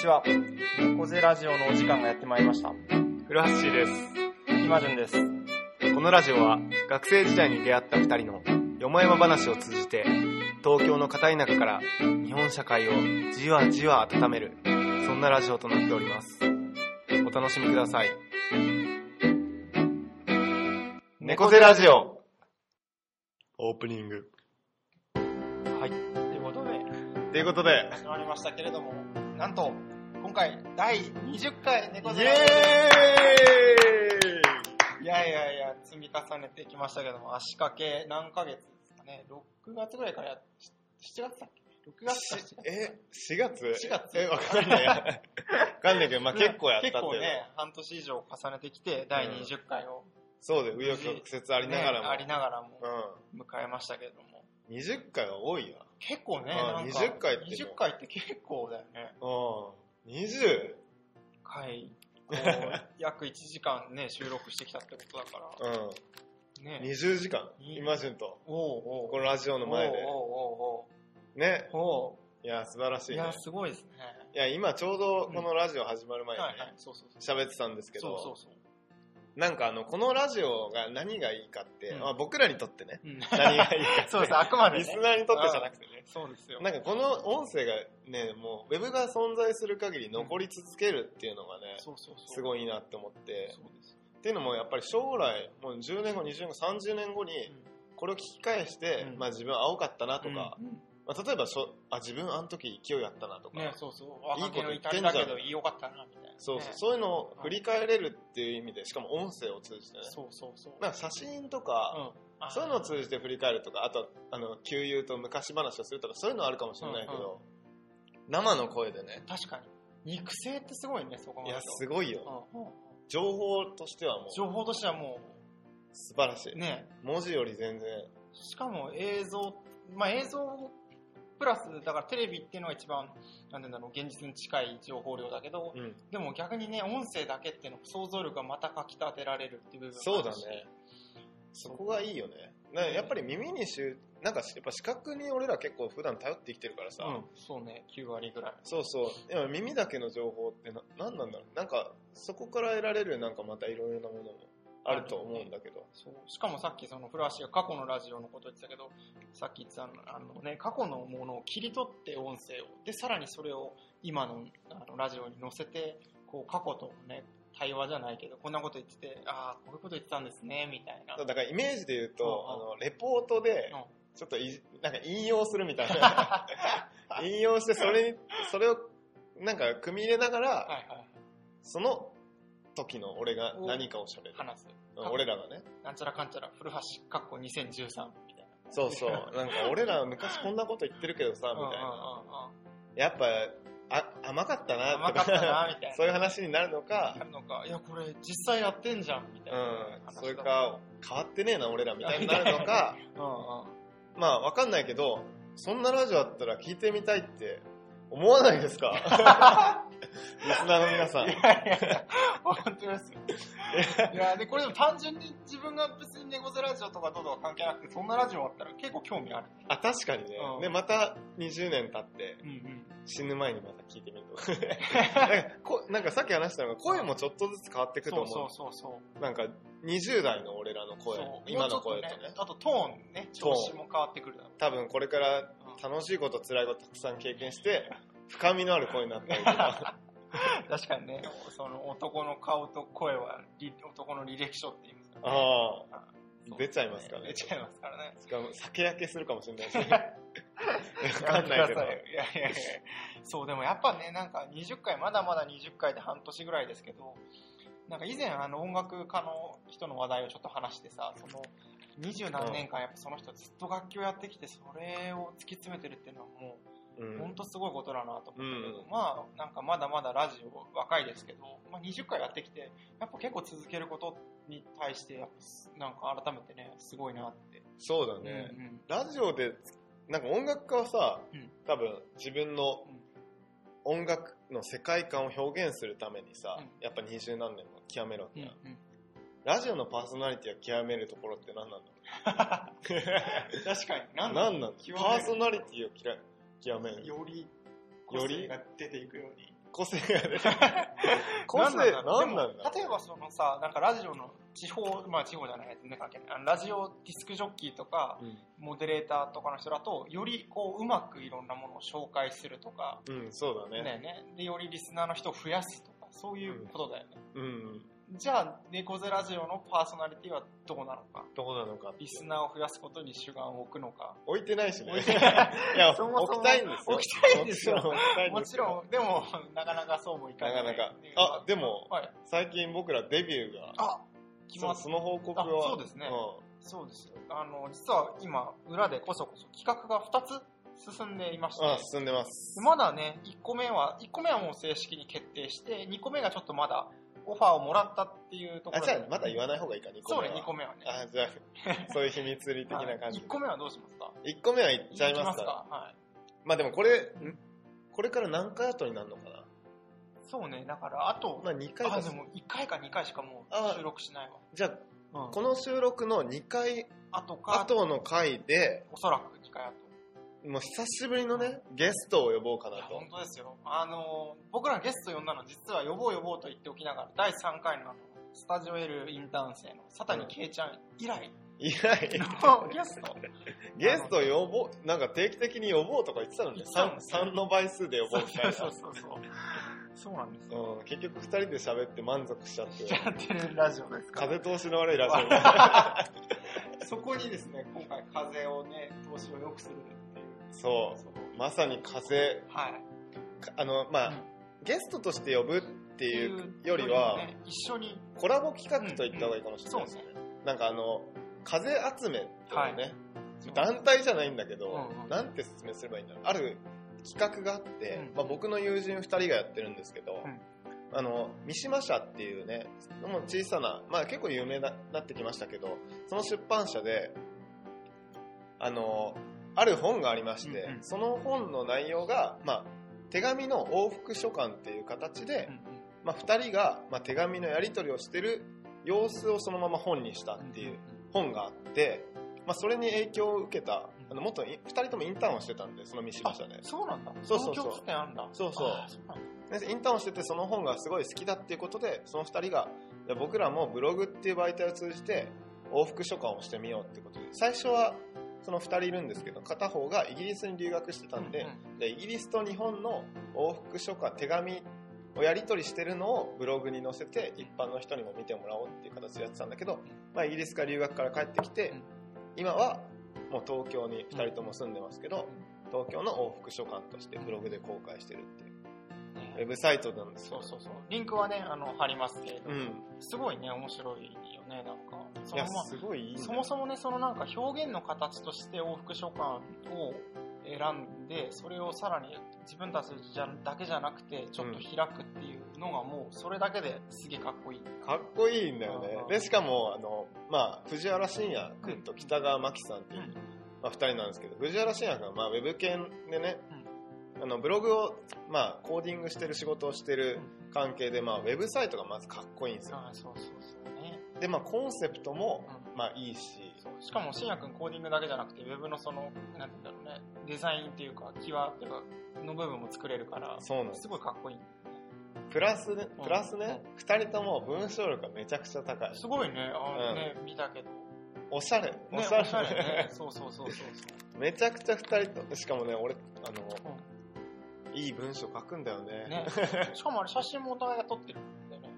ちは。猫背ラジオのお時間がやってまいりました。古橋です。今順です。このラジオは学生時代に出会った二人のよもやま話を通じて東京の片田舎から日本社会をじわじわ温めるそんなラジオとなっております。お楽しみください。猫背ラジオオープニング。はい。ということで、ということで、始まりましたけれども、なんと、今回、第20回イ猫ェー背イラジオ。いやいやいや、積み重ねてきましたけども、足掛け何ヶ月ですかね。6月ぐらいからやっ、7月だっけ ?6 月か7月かえ、4月4月え、わかんない。わかんないけど、まあ結構やったって結いうの構ね、半年以上重ねてきて、第20回を、そうで、紆余曲折あありながらも。ありながらもう迎えましたけれども。ん。20回は多いな。結構ね、あなんか20回っても20回って結構だよね。うん。20? 回、 こう約1時間ね、収録してきたってことだから。うねん。。20時間。いい今順と。おうおうこのラジオの前で。おうおうね。おうおうおいや、素晴らしういいねや、。すごいですね。いや、今ちょうどこのラジオ始まるは前いにはねい、そうそうそう。喋ってたんですけそうそどう、そう。なんかあの、このラジオが何がいいかって、うんまあ僕らにとってね、うん何がいいかって。そうです、あくまでリね。スナーにとってじゃなくてね。 そうですよ。なんかこの音声がね、もうウェブが存在する限り残り続けるっていうのがね、そうそうそう。すい。ごいなって思って。そうです。っていうのもやっぱり将来もう10年後20年後30年後にこれを聞き返して、うんまあ、自分は青かったなとうんか、うんまあ、例えばしょあ自分あの時勢いあったなとか、ね、そうそう。いい若こと気の言ってんじ至ゃんりだけど、よかったな、みたいなね。そうそうそそういうのを振り返れるっていう意味でしかも音声を通じてねうそうそう。なんか写真とか、うんそういうのを通じて振り返るとかあとあの旧友と昔話をするとかそういうのはあるかもしれないけど、生の声でね確かに。肉声ってすごいね、そこまいで。やすごいようんうん情報としてはもう情報としてはも素晴らしう、いね、文字より全然しかも映像、まあ映像プラス、だからテレビっていうのが一番、なんていうんだろう、現実に近い情報量だけど、うんでも逆にね、音声だけっていうの、想像力がまたかき立てられるっていう部分そうだもあるしね。そこがいいよね。なやっぱり耳にしゅ、なんかやっぱ視覚に俺ら結構普段頼って生きてるからさ、うん、そうね、9割ぐらい。そうそう。でも耳だけの情報ってな、なんなんだろう。なんか、そこから得られるなんかまたいろいろなものもあると思うんだけど。そうしかもさっきそのフラッシュが過去のラジオのこと言ってたけどさっき言ってたのあの、ね、過去のものを切り取って音声をでさらにそれを今のあのラジオに載せてこう過去との、ね、対話じゃないけどこんなこと言っててああこういうこと言ってたんですねみたいなだからイメージで言うと、うんあの、レポートでうん、ちょっとい、なんか引用するみたい な。引用して、それに、それを、なんか、組み入れながはいら、はいはいその時の俺が何かを喋る。話すうん俺らがね。なんちゃらかんちゃら古橋かっこ2013みたいなそう そう。なんか俺ら昔こんなこと言ってるけどさ、うんうんうんみたいな。うんやっぱ、あ、甘かったな、甘かったなみたい なそういう話になるのや か、るのかいやこれ実際やってんじゃんみたういな、ん、それ話だか、変わってねえな、俺らみたいになる のか、うんうんまあわかんないけど、そんなラジオあったら聞いてみたいって思わないですか リスナーの皆さん。いやいや、本当ですよ。 いや、で、これでも単純に自分が別に猫背ラジオとかどうとか関係なくて、そんなラジオあったら結構興味ある。あ、確かにねう。んで、また20年経って、うんうん。死ぬ前にまた聞いてみるとなんか こ。なんかさっき話したのが、声もちょっとずつ変わってくとそ思ううそうそうそう。なんか20代の俺らの声そう今の声ともうちょっねあとトーンね、調子も変わってくるだろう。多分これからうん楽しいこと辛いことたくさん経験 して深みのある声になったりとか確かにね、その男の顔と声は、り男の履歴書って言いますからねああそう出ちゃいますかね出ちゃいますからね。しかも酒焼けするかもしれ ないしわかんないけどやめてくださいいやいやいや そう、でもやっぱね、なんか20回、まだまだ20回で半年ぐらいですけど、なんか以前あの音楽家の人の話題をちょっと話してさ、その20何年間やっぱその人ずっと楽器をやってきて、それを突き詰めてるっていうのはもうう、んほんとすごいことだなと思ったけど、うまあなんかまだまだラジオ若いですけど、まあ20回やってきて、やっぱ結構続けることに対して、やっぱなんか改めてね、すごいなって。そうだね、うんうんラジオでなんか音楽家はさ、うん多分自分のうん音楽の世界観を表現するためにさ、うやっぱ二十何年も極めるわけうんや、うんラジオのパーソナリティを極めるところって何なんだろう 確かに。なんなだんだ極めるパーソナリティをきら極めるよりより出ていくように個性が 出てる個な性んなんだろなうんなんでだも例えばそのさ、なんかラジオの地方、まあ地方じゃない、全然関係ない。あのラジオディスクジョッキーとか、モデレーターとかの人だと、よりこう、うまくいろんなものを紹介するとか、うん、うん、そうだだねよね。で、よりリスナーの人を増やすとか、そういうことだよね。うんじゃあ、猫背ラジオのパーソナリティはどうなのか。どうなのかってリスナーを増やすことに主眼を置くのか。置いてないしね置いてないいやそもそも置きたいんですよ置きたいんですよもちろん置きたいん もですちよろん、でも、なかなかそうもいかない。なかなかあでもはい。最近僕らデビューがあ、決まっそうその報告はあそうですねそうですよ。あの、実は今、裏でこそこそ企画が2つ進んでいましてうん、あ、進んでますまだね、1個目は、1個目はもう正式に決定して、2個目がちょっとまだオファーをもらったっていうとこあろじゃあまだ言わわない方がいいか2個そう目ね、は2個目はね。あじゃ あそういう秘密裏的な感じ1個目はどうしますか1個目は言っちゃいきますかかはい。まあでもこれこれから何回後になるのかなそうね、だから、あと、まあ2回あ、かでも1回か2回しかもあう収録しないじゃわ。うあんこの収録の2回あとか、後の回でおそらく2回後。もう久しぶりのねゲストを呼ぼうかいやなと本当ですよ。あの、僕らゲスト呼んだの、実は呼ぼう呼ぼうと言っておきながら、第3回のあの、スタジオ L インターン生の佐谷圭ちゃん以 来以来 のゲスト。ゲスト呼ぼうなんか定期的に呼ぼうとか言ってたのね言ってたのね 3, の倍数で呼ぼそううみたいそなうそうそう。そうなんですよ。うん結局2人で喋って満足しちゃってやってるラジオですから。 風通しの悪いラジオがそこにですね、今回風をね、投資を良くするっていう。 そそうまさに風はい。かあのまあ、うんゲストとして呼ぶっていうよりっは、ていうよりね一緒に、コラボ企画と言った方がいいかもしれないですね,、なんかあの風集めっていうね、団体じゃないんだけど、うんうんなんて説明すればいいんだろうある企画があって、うんまあ、僕の友人2人がやってるんですけど、うんあの三島社っていうねもう小さな、まあ、結構有名にななってきましたけどその出版社であのある本がありまして、うんうんその本の内容が、まあ、手紙の往復書簡っていう形で、うんうんまあ、2人が、まあ、手紙のやり取りをしてる様子をそのまま本にしたっていう本があって、まあ、それに影響を受けたあの元2人ともインターンをしてたんでその三島社でそうなんだ。そうそうそう東京拠点あんだ。そうそうあーそうなんだでインターンをしててその本がすごい好きだっていうことでその2人がいや僕らもブログっていう媒体を通じて往復書簡をしてみようってことで最初はその2人いるんですけど片方がイギリスに留学してたんで,、うんうんでイギリスと日本の往復書簡手紙をやり取りしてるのをブログに載せて一般の人にも見てもらおうっていう形でやってたんだけど、まあ、イギリスから留学から帰ってきてうん今はもう東京に2人とも住んでますけど東京の往復書簡としてブログで公開してるっていうねウェブサイトなんですそようそうそう。リンクはね、あの、貼りますけれど、うんすごいね、面白いよね、なんか。いそのやまあすごいいいねそもそもね、そのなんか表現の形として往復書簡を選んで、それをさらに自分たちじゃだけじゃなくて、ちょっと開くっていうのがもう、それだけですげえかっこいい。かっこいいんだよねうんでしかもあの、まあ、藤原信也君と北川真紀さんっていう、まあ、2人なんですけど藤原信也君はまあウェブ系でね、あのブログを、まあ、コーディングしてる仕事をしてる関係で、まあ、ウェブサイトがまずかっこいいんですよああ、そうそうそうね。で、まあ、コンセプトもう、んまあ、いいしそうしかも、しんやくんコーディングだけじゃなくて、ウェブのその、なんて言うんだろうね、デザインっていうか、際っていうか、の部分も作れるから、そうなんですすごいかっこいい。プラスねプラスね、う2人とも文章力がめちゃくちゃ高いすごいね、あのうんね、見たけど。おしゃれね、おおししゃれ,、ゃれね。そうそうそうそ うめちゃくちゃ2人としかもね俺あのそう。うんいい文章書くんだよね ね、しかもあれ写真もお互いが撮ってるんだよね。違うの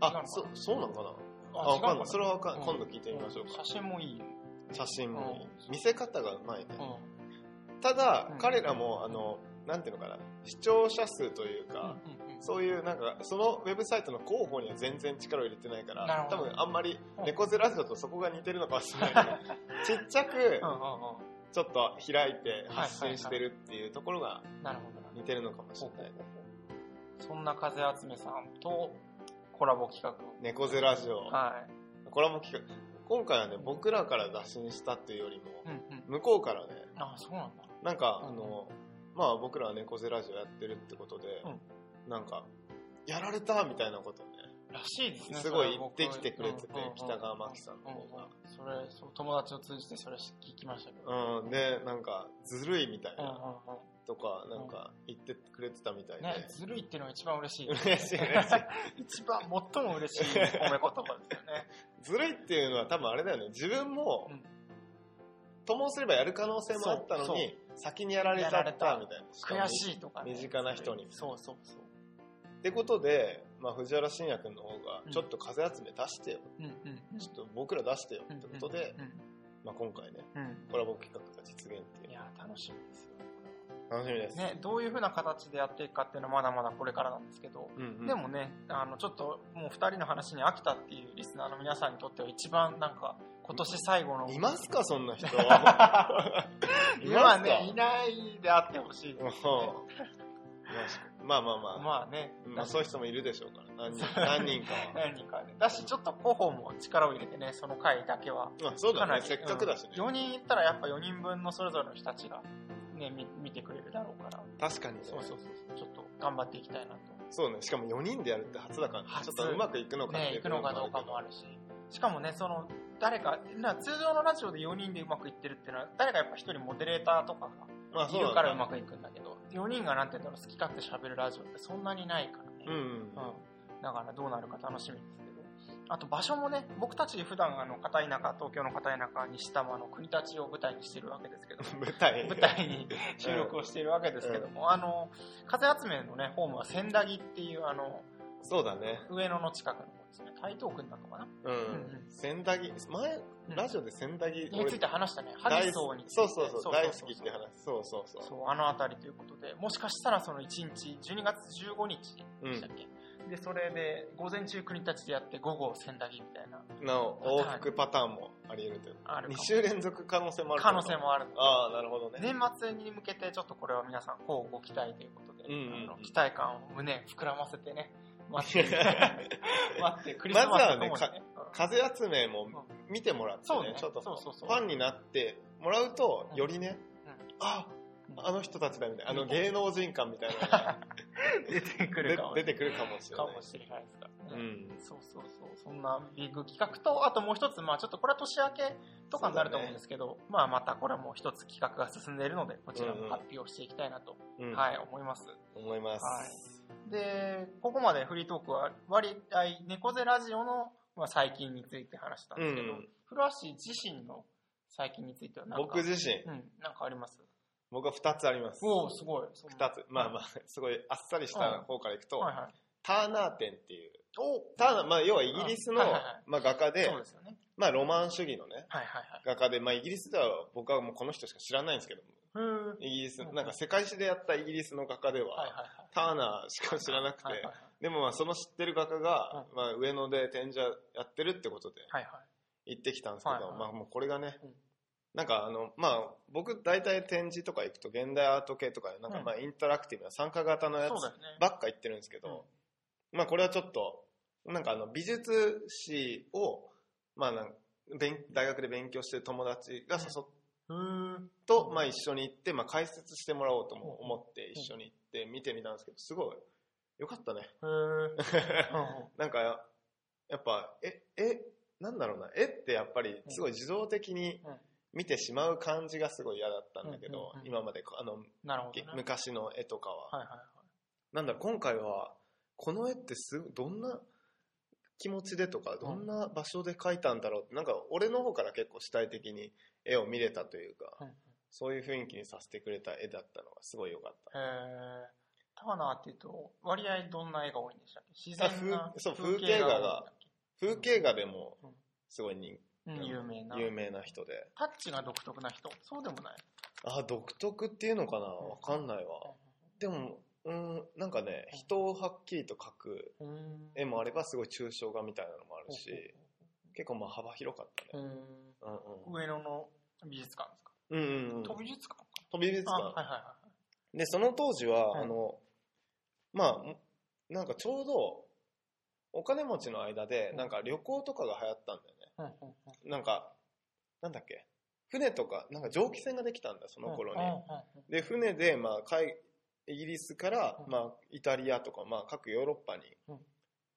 あかそそうなのかなああわかんない違うそれはわかんうん今度聞いてみましょうか写真もいいよ。写真もいいうん見せ方がうまいねうただうん彼らもあのなんていうのかな視聴者数というかんうんうんそういうなんかそのウェブサイトの広報には全然力を入れてないかなるらほ多ど分あんまりうん猫背ラジオとそこが似てるのかもしれ ないけどちっちゃくうんうんうちょっと開いて発信してるっていうところがん。なるほどなる似てるのかもしれないほど。そんな風集めさんとコラボ企画猫背ラジを。オはい。コラボ企画今回はね僕らから打診したっていうよりもうんうん。向こうからねあ、そうなんだ。なんか、うんあの、まあ僕らは猫背ラジオやってるってことで、なんか、やられたみたいなことをね、らしいですね。すごいそれは僕言ってきてくれててうんうんうん北川真紀さんの方がうんうんそれ、そう友達を通じてそれ聞きましたけど。うん、で、なんか、ずるいみたいうんうんな、うんとか、なんか言ってくれてたみたいで。ね、ずるいっていうのが一番嬉し い。嬉し い嬉しい。一番最も嬉しい褒め言葉ですよね。ずるいっていうのは多分あれだよね。自分もうん、ともすればやる可能性もあったのに、先にやられちゃったやられたみたいな。悔い。しいとかね。身近な人にそうそうそう。ってことで、まあ、藤原信也君の方がう、んちょっと風集め出してよ。うんうんうん。ちょっと僕ら出してよ。ってことで、うんまあ、今回ね、うんコラボ企画が実現ってうん。いいう。や、楽しみですよ。楽しみです。ね、どういう風な形でやっていくかっていうのはまだまだこれからなんですけど、うんうんでもね、あの、ちょっともう二人の話に飽きたっていうリスナーの皆さんにとっては一番なんか、今年最後の。いますか、そんな人。い 今ますかね、いないであってほしいですうんね。まあまあまあ、まあね、まあ、そういう人もいるでしょうから、何人何人 かは。何人かね。だし、ちょっと広報も力を入れてね、その回だけは。まあ、そうだかなね、りせっかくだしね。 4人いったらやっぱ4人分のそれぞれの人たちが、ね、み見てくれるだろうから、確かにね。そうそうそう、ちょっと頑張っていきたいなそうね、しかも4人でやるって初だから、初ちょっとうまくいくのと。かってね、い行くのかどうかもあるし、しかもね、その、誰か、な通常のラジオで4人でうまくいってるっていうのは、誰かやっぱ1人モデレーターとかまあがいそうるかだらうねまくいくんだけど、4人がなんて言うんだろう、好き勝手喋るラジオってそんなにないからね。うんうん。うん、だからどうなるか楽しみですけどあと場所もね僕たち普段あの片田舎東京の片田舎西多摩の国立を舞台にしてるわけです けど舞台。舞台に収録をしているわけですけども、あの風集めのねホームは千駄木っていうあのそうだね。上野の近くの方ですね台東区になるのかな、うんうん。千駄木、前、うんラジオで千駄木、について話したねハリソーについてそうそうそう、大好そうきって話。そうそうそう。そうあの辺りということでもしかしたらその1日12月15日でしたっけ、でそれで午前中国立でやって午後千駄木みたいななお、往復パターンもあり得るという。あるか2も週連続可能性もあるってこと可能性もあるのでああ、なるほどね。年末に向けてちょっとこれは皆さんこうご期待ということで、うんうんうんあの期待感を胸膨らませてね 待って待ってクリスマスとともにまずはねうん 風集めも見てもらってそうねね、ちょっとフそうそうそうァンになってもらうと、うんよりねうん、あうんあの人たちだみたいな、あのうん芸能人感みたいなのが 出てくでるかも出しれないてくるかもしれかないも。しれないですからうね、ん。そうそうそうそんなビッグ企画とあともう一つまあちょっとこれは年明けとかになると思うんですけど、まあまたこれも一つ企画が進んでいるのでこちらも発表していきたいなと、うんはい思います思います。で、ここまでフリートークは割合猫背ラジオの、まあ、最近について話したんですけど、うんフロアシー自身の最近については何か僕自身う、ん、なんかあります僕は2つあります。おおすごい。そんな2つ。まあまあ、すごいあっさりした方からいくと、はいはい。ターナー展っていう、おターナー、まあ要はイギリスのあはいはいはいまあ画家でそう、ですよね。まあロマン主義のね、はいはい画家で、まあイギリスでは僕はもうこの人しか知らないんですけど、はい。ふーイギリス、うんなんか世界史でやったイギリスの画家ではいは、はいターナーしか知らなくて、はい。はいはいでもまあその知ってる画家が、まあ上野で展示やってるってことではいはい。行ってきたんですけど、はいはいまあもうこれがね、うんなんかあの、まあ僕大体展示とか行くと現代アート系とか、なんかまあインタラクティブな参加型のやつそうだよね。ばっか行ってるんですけど、まあこれはちょっと、なんかあの美術史を、まあなんか勉大学で勉強してる友達が誘っふーと、うんまあ、一緒に行って、まあ、解説してもらおうともうん思って一緒に行って見てみたんですけどすごいよかったねふー なんかややっぱええなんだろうな絵ってやっぱりすごい自動的にうん見てしまう感じがすごい嫌だったんだけどうんうんうん今までこあのなるほどげね。昔の絵とかははいはいはい。なんだろう今回はこの絵ってすごどんな気持ちでとかどんな場所で描いたんだろうってなんか俺の方から結構主体的に絵を見れたというかうんうんそういう雰囲気にさせてくれた絵だったのがすごい良かった。えー、タワーナーっていうと、割合どんな絵が多いんでしたっけ自あ然な風そう多いんだっけ風景画でもうんすごい人うん、有名な。有名な人で。タッチが独特な人そうでもない。あ、独特っていうのかなわかんないわ。でも、うん、なんかね、人をはっきりと描くうーん絵もあれば、すごい抽象画みたいなのもあるし、結構まあ幅広かったうね。んうん上野の美術館ですか、うん。うんうんうん。都美術館か飛び美術あはいはい館。はいで、その当時は、はいあの、まあ、なんかちょうど、お金持ちの間でう、んなんか旅行とかが流行ったんだよね。うんうんうんなんか、なんだっけ、船とか、なんか蒸気船ができたんだ、その頃に。うんうんうんで、船で、まあ、海イギリスから、うんまあ、イタリアとか、まあ、各ヨーロッパに、うん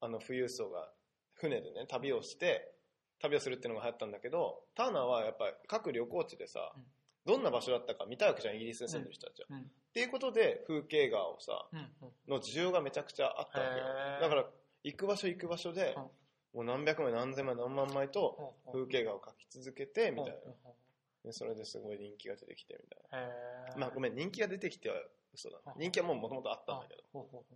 あの、富裕層が船でね、旅をして、旅をするっていうのが流行ったんだけど、ターナーはやっぱり各旅行地でさ、うんどんな場所だったか見たいわけじゃん、イギリスに住んでる人たちは。うんっていうことで風景画をさうんうんの需要がめちゃくちゃあったわけよへーだから行く場所行く場所でうんもう何百枚何千枚何万枚とうんうん風景画を描き続けてみたいうんうんうんなでそれですごい人気が出てきてみたいへーなまあごめん人気が出てきては嘘だうん人気はもうもともとあったんだけどほうほうほう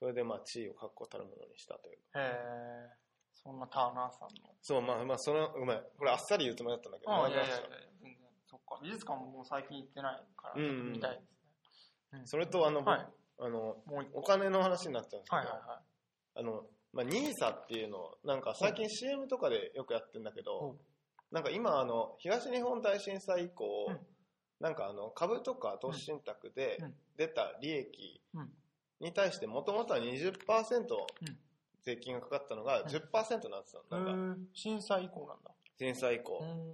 それでまあ地位を確固たるものにしたというかへえそんなターナーさんのそうまあまあそのごめんこれあっさり言うつもりだったんだけどあ前いやい話やいしやた全然そっか美術館ももう最近行ってないからうんうんみたいですね、うんそれとあの、はいあのもう一個お金の話になっちゃうんですけど、はいはいはいあの、まあ、ニーサっていうのをなんか最近 CM とかでよくやってるんだけど、なんか今あの東日本大震災以降、うんなんかあの株とか投資信託でうん出た利益うんに対してもともとは20%税金がかかったのが10%になってたの、なんかへー震災以降なんだ震災以降、うん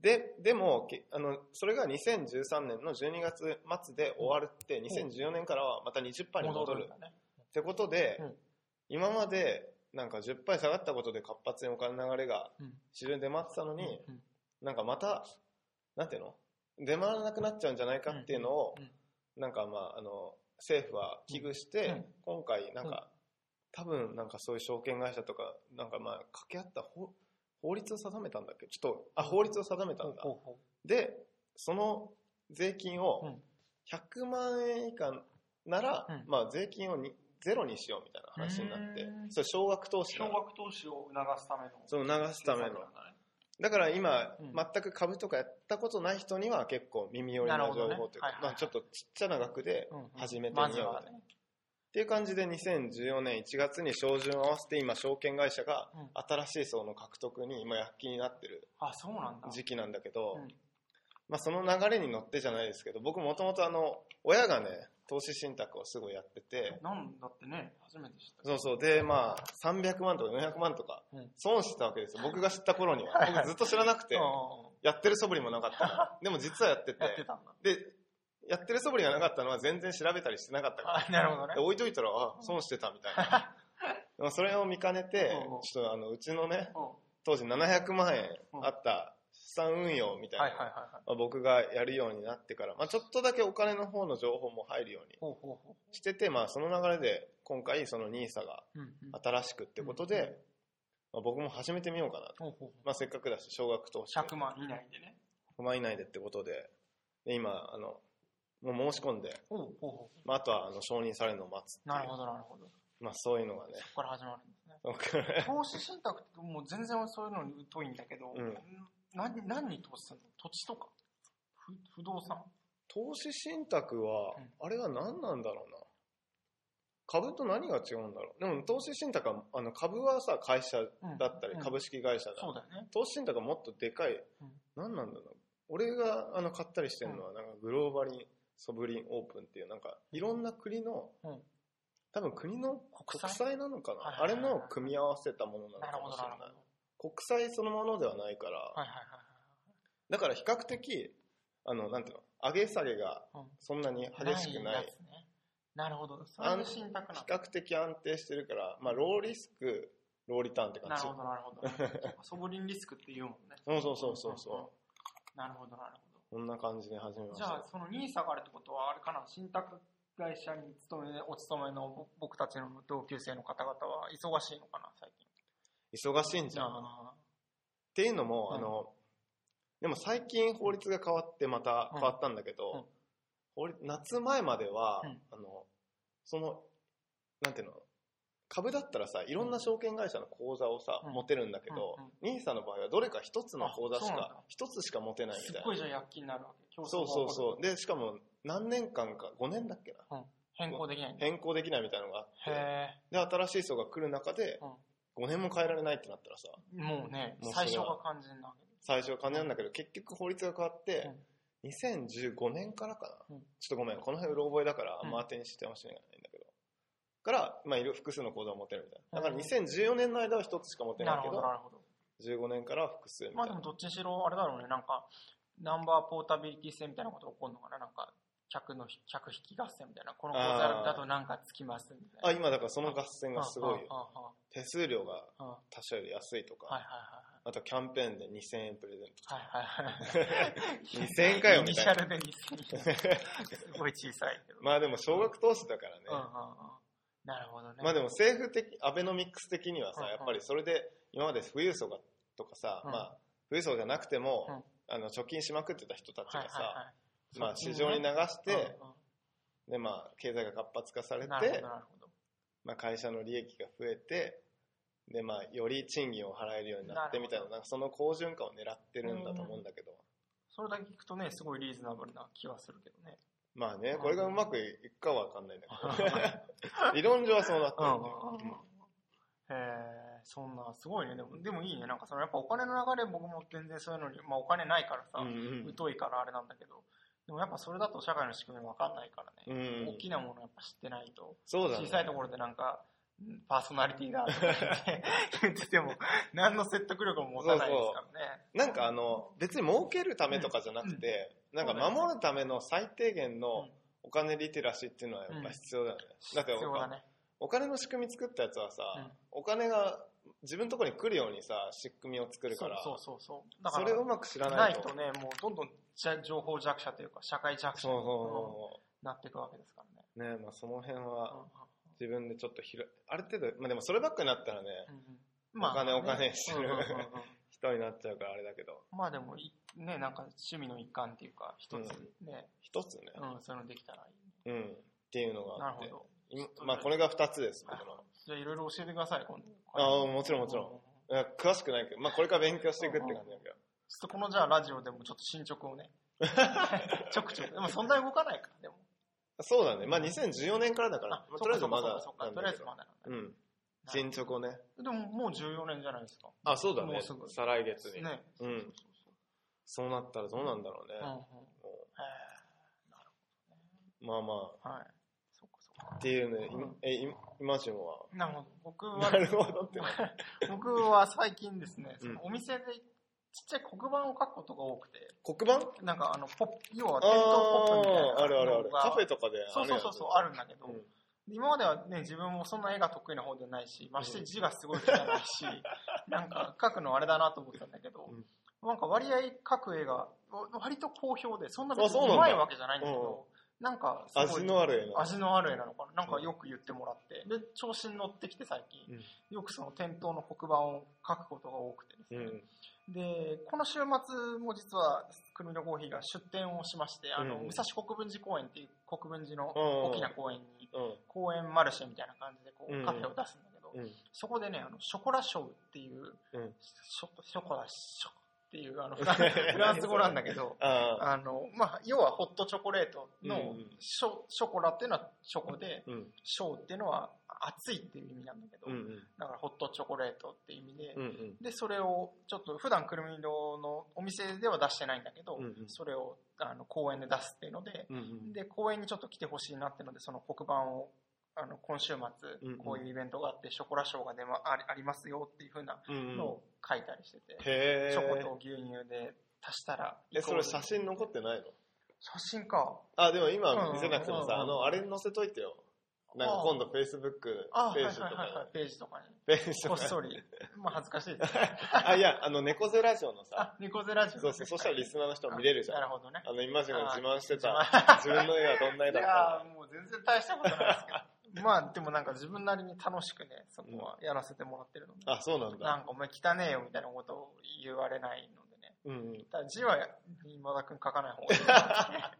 ででもけあのそれが2013年の12月末で終わるって2014年からはまた20%に戻るんだねってことで、うん今までなんか10杯下がったことで活発にお金の流れがうん市場に出回ってたのに、うんなんかまたなんていうの出回らなくなっちゃうんじゃないかっていうのを、うんうんなんかまああの政府は危惧して、うん今回なんか、多分なんかそういう証券会社とかなんかまあ掛け合った法法律を定めたんだっけちょっとあ法律を定めたほんうだ、ほうほでその税金うをん100万円以下なら、うんまあ、税金をにゼロにしようみたいな話になってうんそれ少額投う資少の額投資を促すためのそう流すための政策なんだねだから今、うん全く株とかやったことない人には結構耳寄りななるほ情どね報というか、はいはいはいまあ、ちょっとちっちゃな額でうんうん始めてみようまみずたいな、はっねていう感じで2014年1月に照準を合わせて今証券会社がうん新しい層の獲得に今躍起になってるあそうなんだ時期なんだけど、うんまあ、その流れに乗ってじゃないですけど僕もともとあの親がね投資信託をすごいやっててなんだってね初めて知ったそうそうでまあ300万とか400万とかうん損してたわけですよ僕が知った頃にははいはい僕ずっと知らなくてあやってる素振りもなかったからでも実はやっててーやってたんだでやってる素振りがなかったのは全然調べたりしてなかったかあなるほどらねで置いといたらあ損してたみたいな でもそれを見かねてうんうんちょっとあのうちのねうん当時700万円うんあった資産運用みたいなはいのはいはいはいまあ、僕がやるようになってから、まあ、ちょっとだけお金の方の情報も入るようにほうほうほしてて、まあ、その流れで今回その NISA がううんうん新しくってことで、まあ、僕も始めてみようかなと、ほうほうほうまあ、せっかくだし少額投資100万以内でね100万以内でってことでで今あのもう申し込んで、ほうほうほまあ、あとはあの承認されるのを待つっていううなるほどなるほどまあ、そういうのがね そこから始まるんですね僕投資信託ってもう全然俺そういうのに疎いんだけど、うん何何に投資するの土地とか不不動産投資信託はうんあれは何なんだろうな株と何が違うんだろうでも投資信託はあの株はさ会社だったりうん株式会社だったりそうだよね投資信託はもっとでかい、うん何なんだろう俺があの買ったりしてるのはなんかグローバリンソブリンオープンっていうなんかいろんな国の、うん多分国の国国債債なのかな、はいはいはいはいあれの組み合わせたものなのなるかほもどしれななるいほど国債そのものではないから、はいはいはいだから比較的あのなんていうの上げ下げがはいそんなにうん激しくないやつねなるほどそういう信託な比んだ較的安定してるから、まあ、ローリスクローリターンって感なるじほどなるほどソブリンリスクって言うもんねそうそうそうそうそう、なるほどなるほどこんな感じで始めましじゃあた、その NISA があるってことは、あれかな、信託会社に勤め、お勤めの僕僕たちの同級生の方々は忙しいのかな、最近。忙しいんじゃんっあ、ていうのも、うんあのでも最近法律が変わってまた変わったんだけど、うん法律夏前までは、うんあのそのなんていうの株だったらさいろんな証券会社の口座をさ、うん持てるんだけど、うんうん兄さんの場合はどれか一つの口座しあそうなんかだ一つしか持てないみすったいなごいじゃあ躍起になるわけ。競争そうそうう。そう。で、しかも何年間か、5年だっけな。変更できないんだ。へ変更できないみたいなのがあって、え。で、新しい層が来る中で、5年も変えられないってなったらさ、うんもうねもう、それ最は初が肝心なわけで最初は金なんだけど、結局法律が変わってう、 2015年からかな。うんちょっとごめん、この辺うろ覚えだから、あんまうん当てにしてほしいんないんだけど。から、まあ、いろいろ複数の口座を持てるみたいな。だからうん2014年の間は1つしか持てなないけるほど、ど、なるほど。 15年からは複数みまたいあなでも。どっちにしろ、あれだろうね、なんか、ナンバーポータビリティ制みたいなこと起こるのかな、なんか、客のひ、客引き合戦みたいな、この口座だとなんかつきますみたあ、いな。今だからその合戦がすごいよ。あああああ手数料があああ他社より安いとあはいか、はいはいはい。あとキャンペーンで2000円プレゼンはいはいはい。ト。2000円かよイニみシたャいな。ルで2000円。すごい小さいけ ど。まあでも少額投資だからね。うんうんうん。なるほどね。まあでも政府的、アベノミクス的にはさ、うんうんやっぱりそれで今まで富裕層がとかさ、うんまあ富裕層じゃなくても、うんあの貯金しまくってた人たちはいがさ、はまあ市場に流しいはい。て、うんうんでまあ経済が活発化されなるほてど、なるほど。まあ会社の利益が増えて、でまあより賃金を払えるようになってみたいな、ななんかその好循環を狙ってるんだと思うんだけど、それだけ聞くとね、すごいリーズナブルな気はするけどね。まあねう、んこれがうまくいくかはわかん ないんだけど、理論上はそうなってうるんんうだんうんうんよ。へえそんな、すごいね。でも、でもいいね。なんかその、やっぱお金の流れ、僕も全然そういうのに、まあお金ないからさ、うん疎いからあれなんだけど、でもやっぱそれだと社会の仕組みわかんないからうね。んうん大きなものやっぱ知ってないと。そうだ小さいね。ところでなんか、うんパーソナリティがとか言って言っ てても、何の説得力も持たないですからね。なんかあの、別に儲けるためとかじゃなくて、んなんか守るための最低限うのんお金リテラシーっていうのはやっぱ必要だよね。だってやっ必要だぱね。お金の仕組み作ったやつはさ、うんお金が自分のところに来るようにさ、仕組みを作るから、そうそうそうそう。だかそら、れをうまく知らなないいと。とね、もうどんどんじゃ情報弱者というか、社会弱者そうそうにそなっていくわけですからね。う。ねまあその辺うはん自分でちょっと広い、ある程度、まあでもそればっかになったらね、うんうんお金お金してるうんうんうんうん人になっちゃうからあれだけど、まあでもい、ね、なんか趣味の一環っていうか、一つね、一つね、うん、そういうのできたらいい。うん、っていうのがなあるってほ、ど。今まあこれが二つです、僕の。じゃあいろいろ教えてください、今度。ああ、もちろんもちろん。ううう。いや詳しくないけど、まあこれから勉強していくって感じだけど。ちょっとこのじゃあラジオでもちょっと進捗 をね。ちょくちょく。でもそんなに動かないから、でも。そうだね。まあ2014年からだから、まあ、とそりあえずっまかそっだかそっかなんとりだあえけずど。まだなんだうん。進捗をね。でももう14年じゃないですか。あ、そうだね再来月に。ね。うんそうそうそうそうなったらどうなんだろうね。そう。うんうん。へもえなるうまあまあ、ほど。はい。そっかそっか。っていうね、いうんえ、い今しもなるほど。僕は。はな、るほどって。僕は最近ですね、うそんのお店でちっちゃい黒板を書くことが多くて、黒板なんかあの、ポップ、要はあ店頭ポップみたいなのあー、が。あるあるある。カフェとかでそうそうそうそう、あるんだけど、うんで今まではね、自分もそんな絵が得意な方じゃないし、まして字がすごい汚い し、なんか描くのあれだなと思ってたんだけど、なんか割合描く絵がわ割と好評で、そんなあ別そうなんにだうまいわけじゃないんだけど、なんかすごい味のある絵な。味のある絵なのかな、なんかよく言ってもらって、で、調子に乗ってきて最近、よくその店頭の黒板を描くことが多くてですうね、ん。うん。で、この週末も実は、くるみのコーヒーが出店をしまして、あの、うん武蔵国分寺公園っていう国分寺のうん大きな公園に、うん。公園マルシェみたいな感じでこうんうカフェを出すんだけど、うん。そこでね、あの、ショコラショウっていう、うんショショコラショウってい う、あの、フランフランス語なんだけど、ああ。あの、まあ、要はホットチョコレートのうんうんショ、ショコラっていうのはチョコで、うん。ショウっていうのは熱いっていう意味なんだけど、うんうん。だからホットチョコレートっていう意味で、うんうん。で、それを、ちょっと普段くるみ堂のお店では出してないんだけど、うんうんそれをあの公園で出すっていうので、うんうん。で、公園にちょっと来てほしいなってので、その黒板を、あの、今週うんう末ん、こういうイベントがあって、ショコラショーが出まありありますよっていう風なうんうんのを書いたりしてて、へえ。チョコと牛乳で足したらイえ、コそール、れ写真残ってないの写真か。あ、でも今見せなくてもさ、うんあうんうんうんの、あれに載せといてよ。なんか今度 Facebook ペーあ、はいはいジとかはいはい、ページとかに。に。ページとこっかそり。まあ恥ずかしいですね。 に。あ、いや、あの、猫背ラジオのさ、あ、ニコゼラジオ。そうそう、そしたらリスナーの人も見れるじゃんな。るほどね。あの、今までが自慢してあた、自分の絵はどんな絵いだやっーもう全然大したことないです けど。まあでもなんか自分なりに楽しくね、そこはやらせてもらってるので。たあ、そうなんなだ。んかお前汚ねえよみたいなことを言われないのでね。うんうん。ただ字は今田くん書かない方がいいなって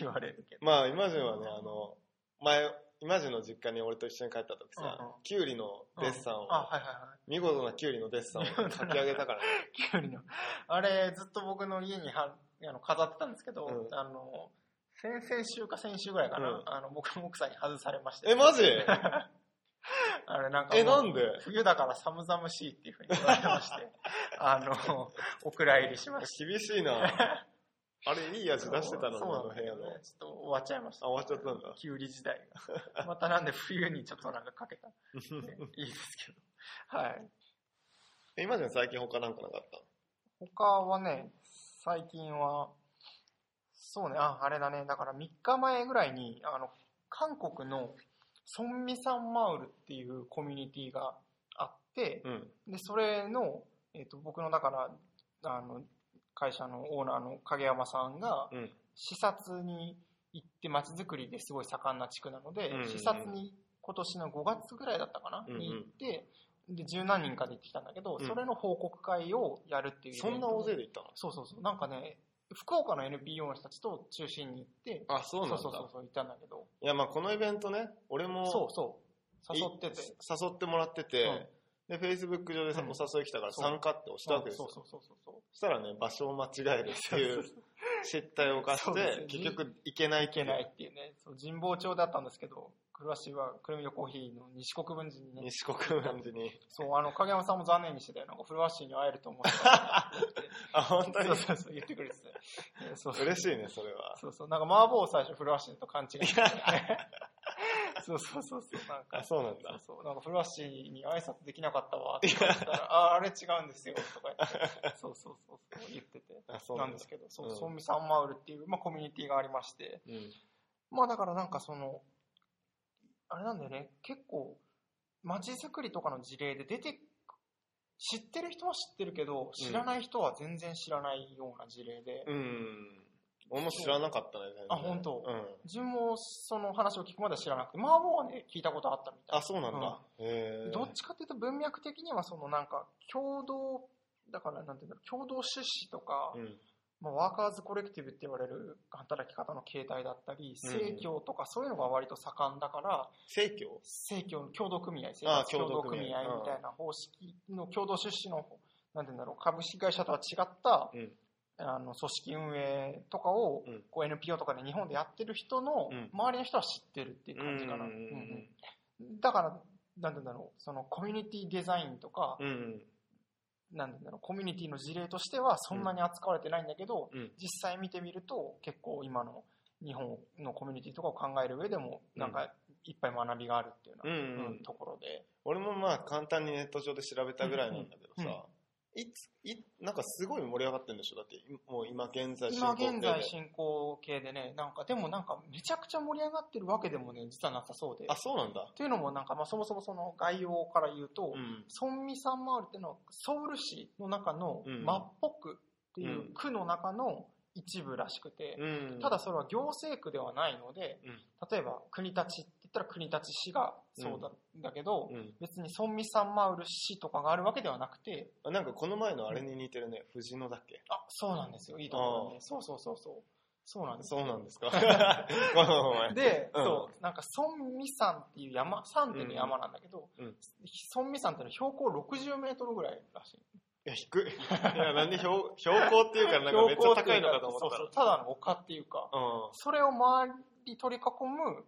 言われるけど。まあ、今順はね、あの、前、今順の実家に俺と一緒に帰った時さうんうん、キュウリのデッサンをあ、、はいはいはい。見事なキュウリのデッ サンを書き上げたからね。きゅうりの。あれ、ずっと僕の家にはあの飾ってたんですけど、うんあの、先々週か先週ぐらいかな、うんあの僕の奥さんに外されまして。え、 マジあれなんかもう。え、なんで冬だから寒々しいっていうふうに言われまして、あの、お蔵入りしまし厳しい な。あれ、いいた。味出してたのに、そうあなのんだ部け屋どの。ね。ちょっと終わっちゃいました。あ終わっちゃったんだキュウリ時代 が。またなんで冬にちょっとなんかかけた。ねいいですけど。はい。 え今じゃ最近他なんかなかった他はね、最近は、そうね、あ、あれだね。だから3日前ぐらいに、あの、韓国のソンミサンマウルっていうコミュニティがあって、うん。で、それの、えっと僕のだからあの会社のオーナーの影山さんがうん視察に行ってまちづくりですごい盛んな地区なので、うんうんうん視察に今年の5月ぐらいだったかな、うんうんに行ってで十何人かで行ってきたんだけど、うんそれの報告会をやるっていうイベントそんな大勢で行ったのそうそうそうなんかね福岡の NPO の人たちと中心に行ってあ、そうなんだ。そうそうそう行ったんだけどいや、まあこのイベントね、俺もそうそうい誘ってて誘ってもらってて、で、Facebook 上でさ、うおん誘い来たからそう参加って押したわけですそうよ。そうそうそうそうそしたらね、場所を間違えるっていう失態を犯しそうですよてね、結局行けないいけないっていうねそう神保町だったんですけど黒足はくるみのコーヒーの西国分寺にね西国分寺に。そうあの影山さんも残念にしてたよなんか古橋に会えると思ってたあ、 本当にそうそうそう言ってくれてたよいやそうそう嬉しいね、それは。そうそうなんか麻婆を最初古橋と勘違 いしてたよねそうそうそうそうなんかあ、そうなんそうだ。そうなんか古橋に挨拶できなかったわって言っ たら「あああれ違うんですよ」とか言ってそうそうそうそう言っててあ、そうななんんでだす。けどそううんソンビサンマウルっていう、まあ、コミュニティがありましてうん。まあだからなんかそのあれなんだよね結構街づくりとかの事例で出てく知ってる人は知ってるけど知らない人は全然知らないような事例で、うん。俺も知らなかったね、全然あ本当うん。自分もその話を聞くまでは知らなくて麻婆はね聞いたことあったみたいなあ、そうなんだ。へえ。どっちかというと文脈的にはそのなんか共同だからなんていうんだろう共同出資とか、うん。まあ、ワーカーズコレクティブって言われる働き方の形態だったりうん政教とかそういうのが割と盛んだから生協政教の共同組合生ああ活共共同同組組合合みたいな方式の共同出資のなんていうんだろう株式会社とは違った、うんあの組織運営とかを、うんこう NPO とかで日本でやってる人のうん周りの人は知ってるっていう感じかな。うんうんうんだから、なんて言うんだろう、そのコミュニティデザインとか、うんうん。なんて言うんだろう、コミュニティの事例としてはそんなに扱われてないんだけど、うん実際見てみると、結構今の日本のコミュニティとかを考える上でも、なんかいっぱい学びがあるっていうような、うんうんうんところで、俺もまあ簡単にネット上で調べたぐらいなんだけどさ、うんうんいついなんかすごい盛り上がってるんでしょだっていもう今現在進今行形現で在進行形でね、なんかでもなんかめちゃくちゃ盛り上がってるわけでもね、実はなさそうで。あそうなんだというのもなんか、まあそもそもその概要から言うと、うんソンミサンマールっていうのはソウル市の中のうんマッポ区っていううん区の中の一部らしくて、うんただそれは行政区ではないので、うん例えば国立って言ったら国立市がそうだ,、だけど、うん別にソンミサンマウル市とかがあるわけではなくて、あなんかこの前のあれに似てるね藤野だっけあ、そうなんですよ。いいところだね。そうそうそうそう。そうなんですよそうなんですか ごめんごめんで、うんそう、なんか、孫美山っていう山、山っていう山なんだけど、うんうん孫美山っていうのは標高60メートルぐらいらしい。いや低いいやなんで標標高っていうかなんかめっちゃ高いのかと思っそうたそうただの丘っていうか、らそれを周り取り囲む、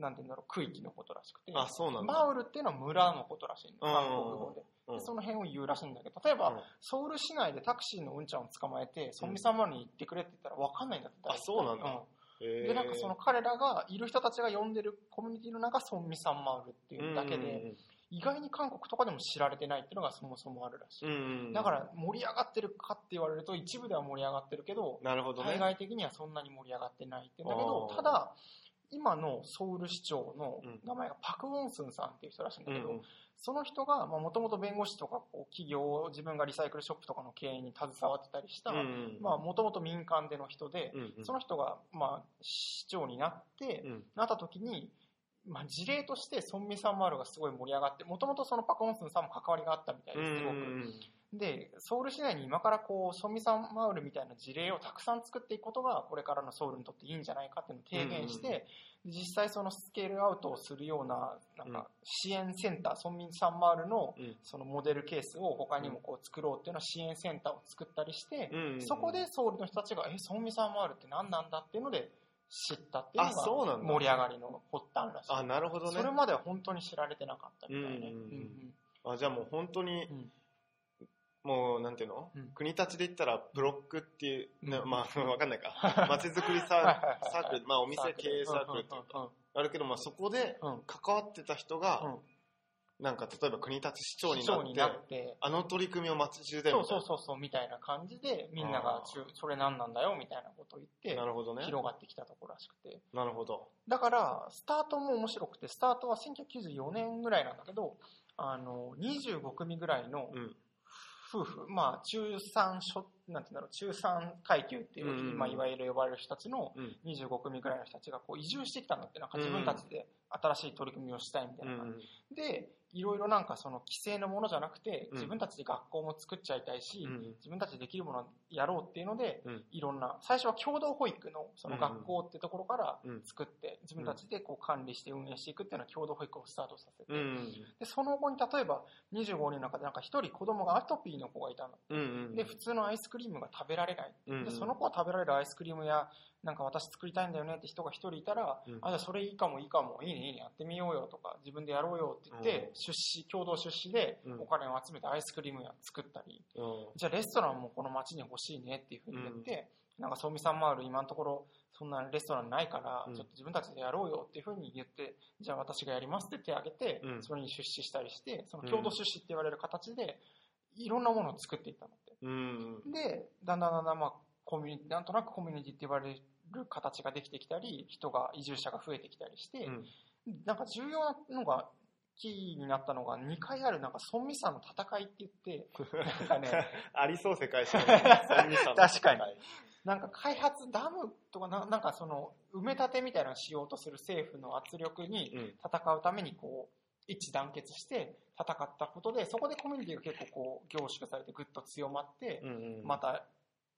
なんて言うんだろう、区域のことらしくてうん、あそうなんだマウルっていうのは村のことらしいの、うん韓国語で。うんでその辺を言うらしいんだけど、例えば、ソウル市内でタクシーのうんちゃんを捕まえて、ソンミサンマウルに行ってくれって言ったら分かんないんだって。あそうなんだうんででなんかその彼らがいる人たちが呼んでるコミュニティの中ソンミサンマウルっていうだけで意外に韓国とかでも知られてないっていうのがそもそもあるらしういんうんだから盛り上がってるかって言われると一部では盛り上がってるけどなるほどね対外的にはそんなに盛り上がってないって言うんだけあどーただ今のソウル市長のうん名前がパク・ウォンスンさんっていう人らしいんだうんけうどんその人がもともと弁護士とかこう企業を自分がリサイクルショップとかの経営に携わってたりしたうんうんもともと民間での人でうんうんその人が、まあ、市長になって、うんなった時に、まあ、事例として、ソンミサンマールがすごい盛り上がって、もともとそのパク・ホンスンさんも関わりがあったみたいです、すごうんうく。んで、ソウル市内に今からこう、ソンミサンマールみたいな事例をたくさん作っていくことが、これからのソウルにとっていいんじゃないかっていうのを提言しうんて、実際そのスケールアウトをするような、なんか、支援センター、ソンミサンマールの、うんそのモデルケースを他にもこう作ろうっていうのは支援センターを作ったりして、うんうんそこでソウルの人たちが、え、ソンミサンマールって何なんだっていうので知ったっていうあのそうながんだ盛り上がりの発端らしい。あなるほどねそれまでは本当に知られてなかったみたうんういね。んうんうんあじゃあもう本当に、うんもうなんていうの、うん国立で言ったらブロックっていう、ねうんまあ わかんないか 街づくりサはいはいーはいサークルまあお店経営サークルっていううんあるけど、まあ、そこでうんうん関わってた人が、なんか例えば国立市長にな市っにてなって、あの取り組みを街中でそうもそうそうそうみたいな感じで、みんなが中それ何なんだよみたいなことを言なって、るほどね広がってきたところらしくて。なるほどだから、スタートも面白くて、スタートは1994年ぐらいなんだけど、あの、25組ぐらいのうん夫婦、まあ、中産諸、なんていうんだろう、中産階級っていう、うんうんまあ、いわゆる呼ばれる人たちのうん25組ぐらいの人たちがこう移住してきたんだって、なんか自分たちで新しい取り組みをしたいみたういな感んじ。で、いろいろなんかその規制のものじゃなくて、うん自分たちで学校も作っちゃいたいし、うん自分たちでできるものをやろうっていうので、うんいろんな、最初は共同保育のその学校ってところからうん作って、自分たちでこう管理して運営していくっていうのは共同保育をスタートさせて、うんで、その後に例えば25人の中でなんか1人子供がアトピーの子がいたの。うんで、普通のアイスクリームが食べられない。うんで、その子が食べられるアイスクリームや、なんか私作りたいんだよねって人が1人いたら、うんあ、じゃあそれいいかもいいかも、いいねいいねやってみようよとか、自分でやろうよって言って、うん出資、共同出資でうんお金を集めてアイスクリームや作ったり、じゃあレストランもこの町に欲しいねっていうふうに言って、なんか、そうみさん回る今のところ、そんなレストランないから、うんちょっと自分たちでやろうよっていうふうに言って、じゃあ私がやりますって手を挙げて、うんそれに出資したりして、そのうん共同出資って言われる形で、いろんなものを作っていったのっうんて。で、だんだんだんだん、まあ、コミュニなんとなくコミュニティって言われる形ができてきたり、人が、移住者が増えてきたりして、うんなんか重要なのが、キーになったのが2回あるなんか孫美さんの戦いって 言って、なんかね、ありそう世界史確かになんか開発ダムとかな、なんかその埋め立てみたいなのをしようとする政府の圧力にうん戦うためにこう、一致団結して戦ったことで、そこでコミュニティが結構こう凝縮されてぐっと強まって、うんうんまた、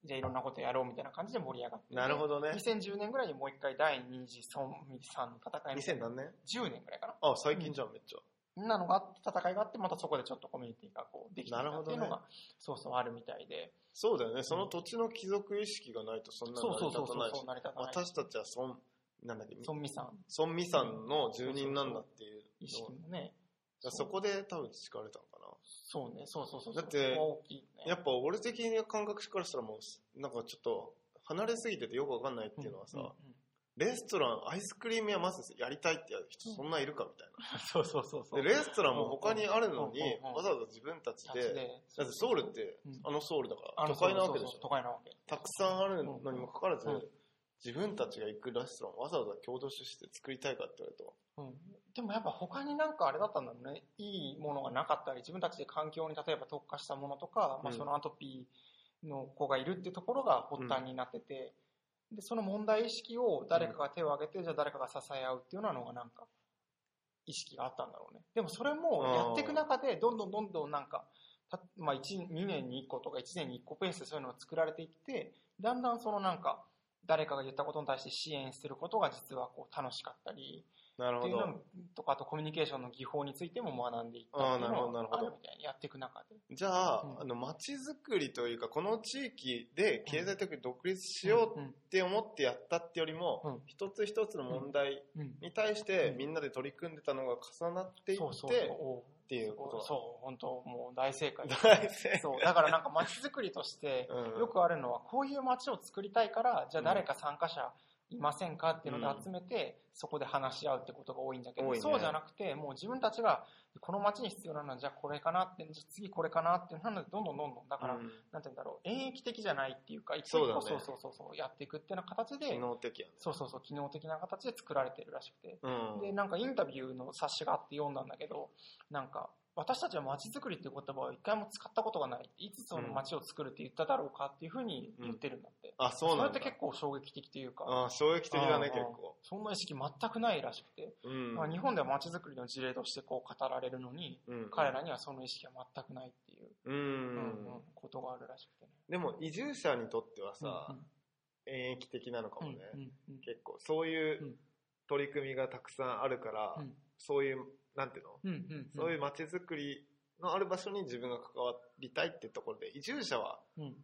じゃあいろんなことやろうみたいな感じで盛り上がって。なるほどね2010年ぐらいにもう一回第二次村民さんの戦いみたいな。 2000何年10年ぐらいかな。あ最近じゃんめっちゃなのがあって、戦いがあって、またそこでちょっとコミュニティがこうできてきたっていうなるのほが、そうそうあるみたいで。そうだよねその土地の貴族意識がないとそんなそうそ成りうそう立そたないうそう、し成り立たない。私たちは孫なんだっけ村民さん孫美さんの住人なんだっていう意識のもね。がそこで多分培われたのかなそうね、そうそうそう。だってそこは大きいね、やっぱ俺的な感覚からしたらもうなんかちょっと離れすぎててよくわかんないっていうのはさ、 うんうんレストランアイスクリーム屋まずやりたいってやる人うんそんないるかみたいそうそうそうそな、う。でレストランも他にあるのにうんうんうんわざわざ自分たち立でちでだってソウルってうんあのソウルだかあらの都会なわけでしそうそうそう都ょ会なわけ。たくさんあるのにもかかわらず、うん自分たちが行くレストランわざわざ共同出資で作りたいかって言われるとうん、でもやっぱ他になんかあれだったんだろうね。いいものがなかったり、自分たちで環境に例えば特化したものとか、まあうんそのアトピーの子がいるっていうところが発端になってて、で、その問題意識を誰かが手を挙げて、じゃあ誰かが支え合うっていうようなのがなんか、意識があったんだろうね。でもそれもやっていく中で、どんどんどんどんなんか、たまあ1、2年に1個とか1年に1個ペースでそういうのが作られていって、だんだんそのなんか、誰かが言ったことに対して支援することが実はこう楽しかったり、なるってほいうどのとか、あとコミュニケーションの技法についても学んでいったっていうのがあるみたいにやっていく中で。じゃあ,、うんあの街づくりというかこの地域で経済的に独立しようって思ってやったってよりも、うん一つ一つの問題うんうんに対してうんみんなで取り組んでたのが重なっていって、そうそうそう。ていうことだそう、本当もう大正解。 大成そう、だからなんか街づくりとして、うんよくあるのは、こういう街を作りたいから、じゃあ誰か参加者いませんかっていうので集めて、そこで話し合うってことが多いんだけど、多いねそうじゃなくて、もう自分たちが、この街に必要なのは、じゃあこれかなって、じゃあ次これかなって、なので、どんどんどんどん、だから、うんなんて言うんだろう、演疫的じゃないっていうか、一そうだ個ねそうそうそうそう、やっていくっていうような形で機、能的やねそうそうそう、機能的な形で作られてるらしくて。うんで、なんかインタビューの冊子があって読んだんだけど、なんか、私たちは街づくりっていう言葉を一回も使ったことがない。いつその街を作るって言っただろうかっていうふうに言ってるんだって。あそうそなれんっだて結構衝撃的というか、あ衝撃的だねうん結構そんな意識全くないらしくて、うんまあ日本では街づくりの事例としてこう語られるのに、うん彼らにはその意識は全くないっていう、うんうんうんことがあるらしくてね。でも移住者にとってはさ、うんうん演疫的なのかもね、うんうんうん結構そういううん取り組みがたくさんあるから、うんそういうなんていうの、うんうんそういう街づくりのある場所に自分が関わりたいってところで移住者はうん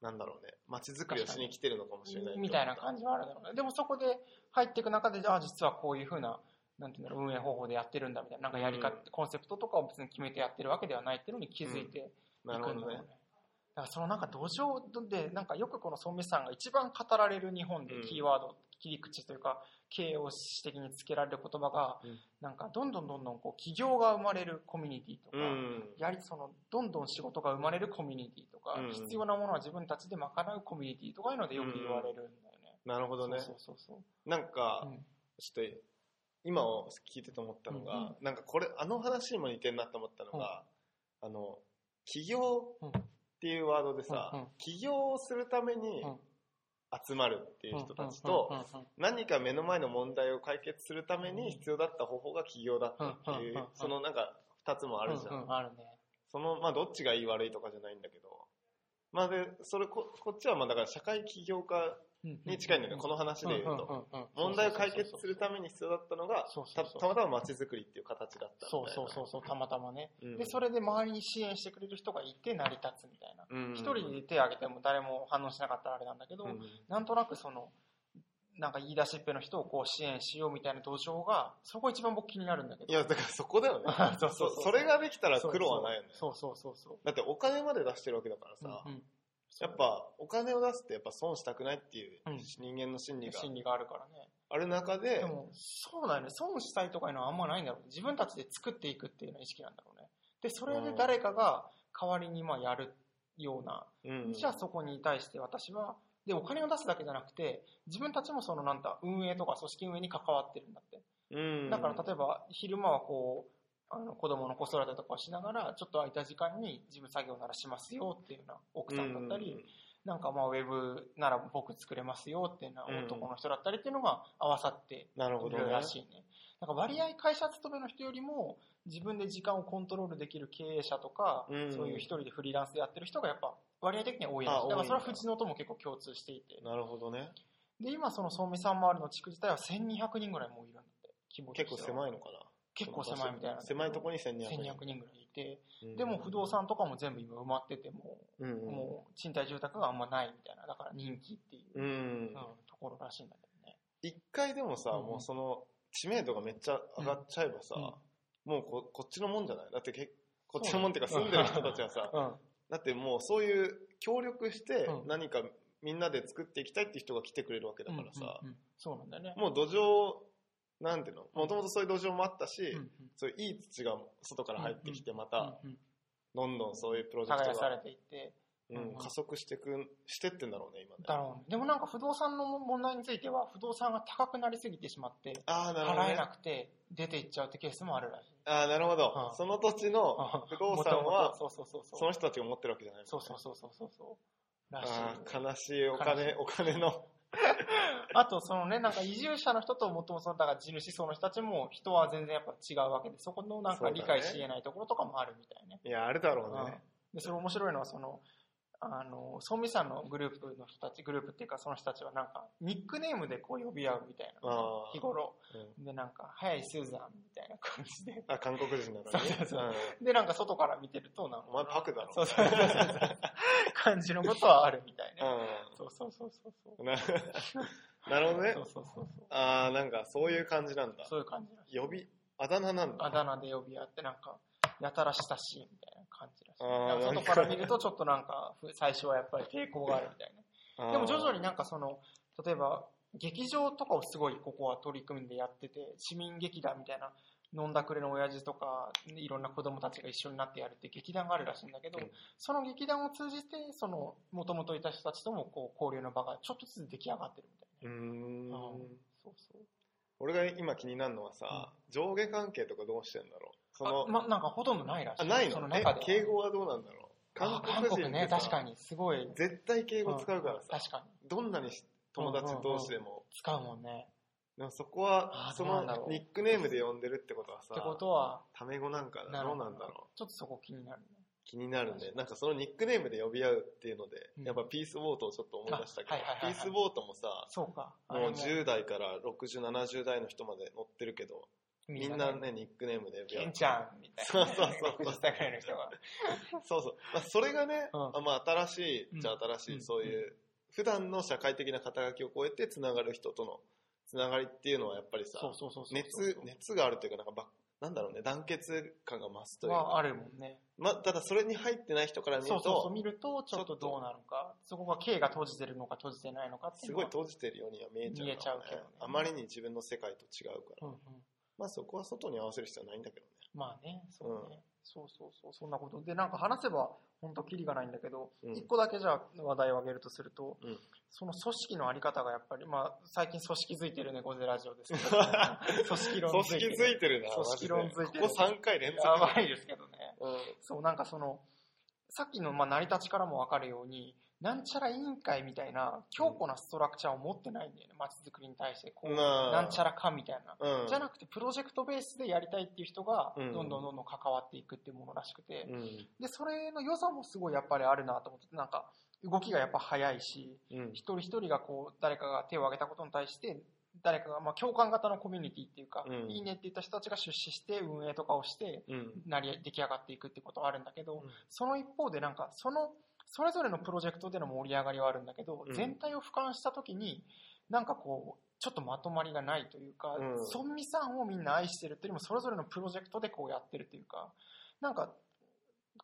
なんだろうね街づくりをしに来てるのかもしれないみたいな感じはあるだろうね。でもそこで入っていく中で、あ、実はこういうふうな、なんていうんだろう、運営方法でやってるんだみたいな、なんかやり方、うんコンセプトとかを別に決めてやってるわけではないっていうのに気づいていくんなだるろほうね。どねだからそのなんか土壌で、なんかよくこの孫美さんが一番語られる日本でうんキーワード、切り口というか、形容詞的につけられる言葉が、うんなんかどんどんどんどんこう企業が生まれるコミュニティとか、うんやはりそのどんどん仕事が生まれるコミュニティとか、うん必要なものは自分たちで賄うコミュニティとかいうのでよく言われるんだよね。なるほどねそうそうそうなんか、そう。うんちょっと今を聞いてて思ったのが、なんかこれあの話にも似てるなと思ったのが、あの起業うんっていうワードでさ、うんうん起業をするためにうん集まるっていう人たちと、何か目の前の問題を解決するために必要だった方法が起業だったっていうんうんうんううん、そのなんか二つもああるじゃん。あるね。その、まあどっちがいい悪いとかじゃないんだけど、まあで、それこ、こっちはまあだから社会起業家に近いんだよね、この話で言うと。と問題を解決するために必要だったのが、そうそたうそうたまたま街づくりっていう形だったみたいな。そうそうそうそうたまたまね、うんでそれで周りに支援してくれる人がいて成り立つみたいなうん。一、人で手を挙げても誰も反応しなかったらあれなんだけど、うんなんとなくそのなんか言い出しっぺの人をこう支援しようみたいな土壌がそこ一番僕気になるんだけいど。や、だからそこだよね そうそうそうそそれができたら苦労はないよね。そうそうそうそうだってお金まで出してるわけだからさ、うんうんやっぱお金を出すってやっぱ損したくないっていううん人間の心理が心理があるからねある中でで、もそうだよね損したいとかいうのはあんまないんだろう自分たちで作っていくっていうような意識なんだろうねでそれで誰かが代わりにまあやるようなうんじゃあそこに対して私は、で、お金を出すだけじゃなくて、自分たちもそのなんだ、運営とか組織運営に関わってるんだって。うんだから例えば、昼間はこう、あの子供の子育てとかをしながら、ちょっと空いた時間に事務作業ならしますよっていうような奥さんだったり、なんかまあウェブなら僕作れますよっていうような男の人だったりっていうのが合わさってうんなるいほどねるらしいね。なんか割合会社勤めの人よりも自分で時間をコントロールできる経営者とか、うんそういう一人でフリーランスでやってる人がやっぱ割合的には多いらしあい。だか多いんだらそれは藤野とも結構共通していて。なるほどねで、今その総務さん周りの地区自体は1200人ぐらいもういるんだって。規模と結して構は狭いのかな結構狭いみたいな。狭いとこにに1200 1200人ぐらいいて。うんでも不動産とかも全部今埋まっててもうんう、もう賃貸住宅があんまないみたいな。だから人気っていう。うんうんうんところらしいんだけどね。一回でもさ、うんもうその知名度がめっちゃ上がっちゃえばさ、うんもうここっちのもんじゃないだってけこっちのもんっていうか住んでる人たちはさうん。だってもうそういう協力してうん何かみんなで作っていきたいって人が来てくれるわけだからさ、うんうんうんそうなんだよね。もう土壌、なんていうのもともとそういう土壌もあったし、うんうんそういういい土が外から入ってきて、また、うんうんどんどんそういうプロジェクト耕さが、れていって。うん、加速してくん、してってんだろうね、今ね。だろうね。でもなんか不動産の問題については、不動産が高くなりすぎてしまって、ああ、なるほど、払えねな。くて出ていっちゃうってケースもあるらしい。ああ、なるほど、うんその土地の不動産は、そうそうそうそそのう。人たちが持ってるわけじゃないもんねそうそうそうそうそうそう。らしいよね、ああ、悲しいお金、お金の。あと、そのね、なんか移住者の人ともともその、だから地主層の人たちも人は全然やっぱ違うわけで、そこのなんか理解し得ないところとかもあるみたいね。いや、あれだろううんね。でそれ面白いのはそのあの総務さんのグループの人たちグループっていうかその人たちはなんかニックネームでこう呼び合うみたいなあ日頃ーうんでなんか「早いスーザン」みたいな感じであ、韓国人なのにね。そうそうそんでなんか外から見てるとなんかお前パクだろ。そうそうそうそう感じのことはあるみたいねう。そうそうそうそうそうんな なるほどねそう。そうそうそうああ、なんかそういう感じなんだ。そういう感じらしい呼び、あだ名なんだ。あだ名で呼び合ってなんかやたら親しいみたいな感じらしいあーなんなかん外かから見るとちょっとなんかふ最初はやっぱり抵抗があるみたいなあーでも徐々になんかその、例えば、劇場とかをすごいここは取り組んでやってて、市民劇団みたいな、飲んだくれの親父とか、いろんな子供たちが一緒になってやるって劇団があるらしいんだけどうん、その劇団を通じて、その、もともといた人たちともこう交流の場がちょっとずつ出来上がってるみたいうーな。うんん。そうそう。俺が今気になるのはさ、上下関係とかどうしてんだろう。その、あま、なんかほとんどないらしい。あ、ないそのの中えで。敬語はどうなんだろう。あ韓韓国国人っね、てさ確かに。すごい。絶対敬語使うからうんさ、確かに。どんなに友達同士でも。使うもんね。でもそこあは、そどうなんだろのうニックネームで呼んでるってことはさって、ことは、タメ語なんかななどるほうどなんだろう。ちょっとそこ気になるね。気になるね。なんかそのニックネームで呼び合うっていうので、うんやっぱピースボートをちょっと思い出したけど、あはいはいはいはいピースボートもさ、そうか。あもれう10代から60、70代の人まで乗ってるけど、みんなね、ニックネームで呼びケ合ンう。ちゃんみたいな。そうそうそう60歳ぐらいの人が。そうそう。まあ、それがね、うんあまあ、新しい、じゃうあん新しうんい、そういう、普段の社会的な肩書きを超えてつながる人とのつながりっていうのはやっぱりさ、そうそうそうそう。熱、熱があるというか、なんかば、なんだろうね、団結感が増すというか、はあるもんね。まあ、ただそれに入ってない人から見るそうそうそう。と、見ると、ちょっとどうなのか。そこが K が閉じてるのか閉じてないのかっていすうごのいは。閉じてるようには見えちゃう,、見えちゃうけどねあまりに自分の世界と違うから。うんうん。まあそこは外に合わせる必要はないんだけどね。まあね、そうね。そうそうそう。そんなこと。で、なんか話せば、ほんとキリがないんだけど、うん一個だけじゃあ話題を挙げるとするとうん、その組織のあり方がやっぱり、まあ、最近組織づいてるね、ゴゼラジオです けど。組織論組づいて織る。づいてるな。組織論づいてるマジでここ3回連続。やばいですけどね。うんそう、なんかその、さっきのまあ成り立ちからも分かるように、なんちゃら委員会みたいな強固なストラクチャーを持ってないんだよね、街づくりに対してこう、ななんちゃらかみたいな。ら、うん、じゃなくて、プロジェクトベースでやりたいっていう人が、うどんんどんどんどん関わっていくっていうものらしくて、うん、で、それの良さもすごいやっぱりあるなと思って、なんか、動きがやっぱ早いし、うん一人一人がこう、誰かが手を挙げたことに対して、誰かが、まあ、共感型のコミュニティっていうか、うんいいねって言った人たちが出資して運営とかをして、うんなり、出来上がっていくってことはあるんだけど、うんその一方でなんか、その、それぞれのプロジェクトでの盛り上がりはあるんだけど、うん全体を俯瞰したときに、なんかこう、ちょっとまとまりがないというか、うん村民さんをみんな愛してるというよりも、それぞれのプロジェクトでこうやってるというか、なんか、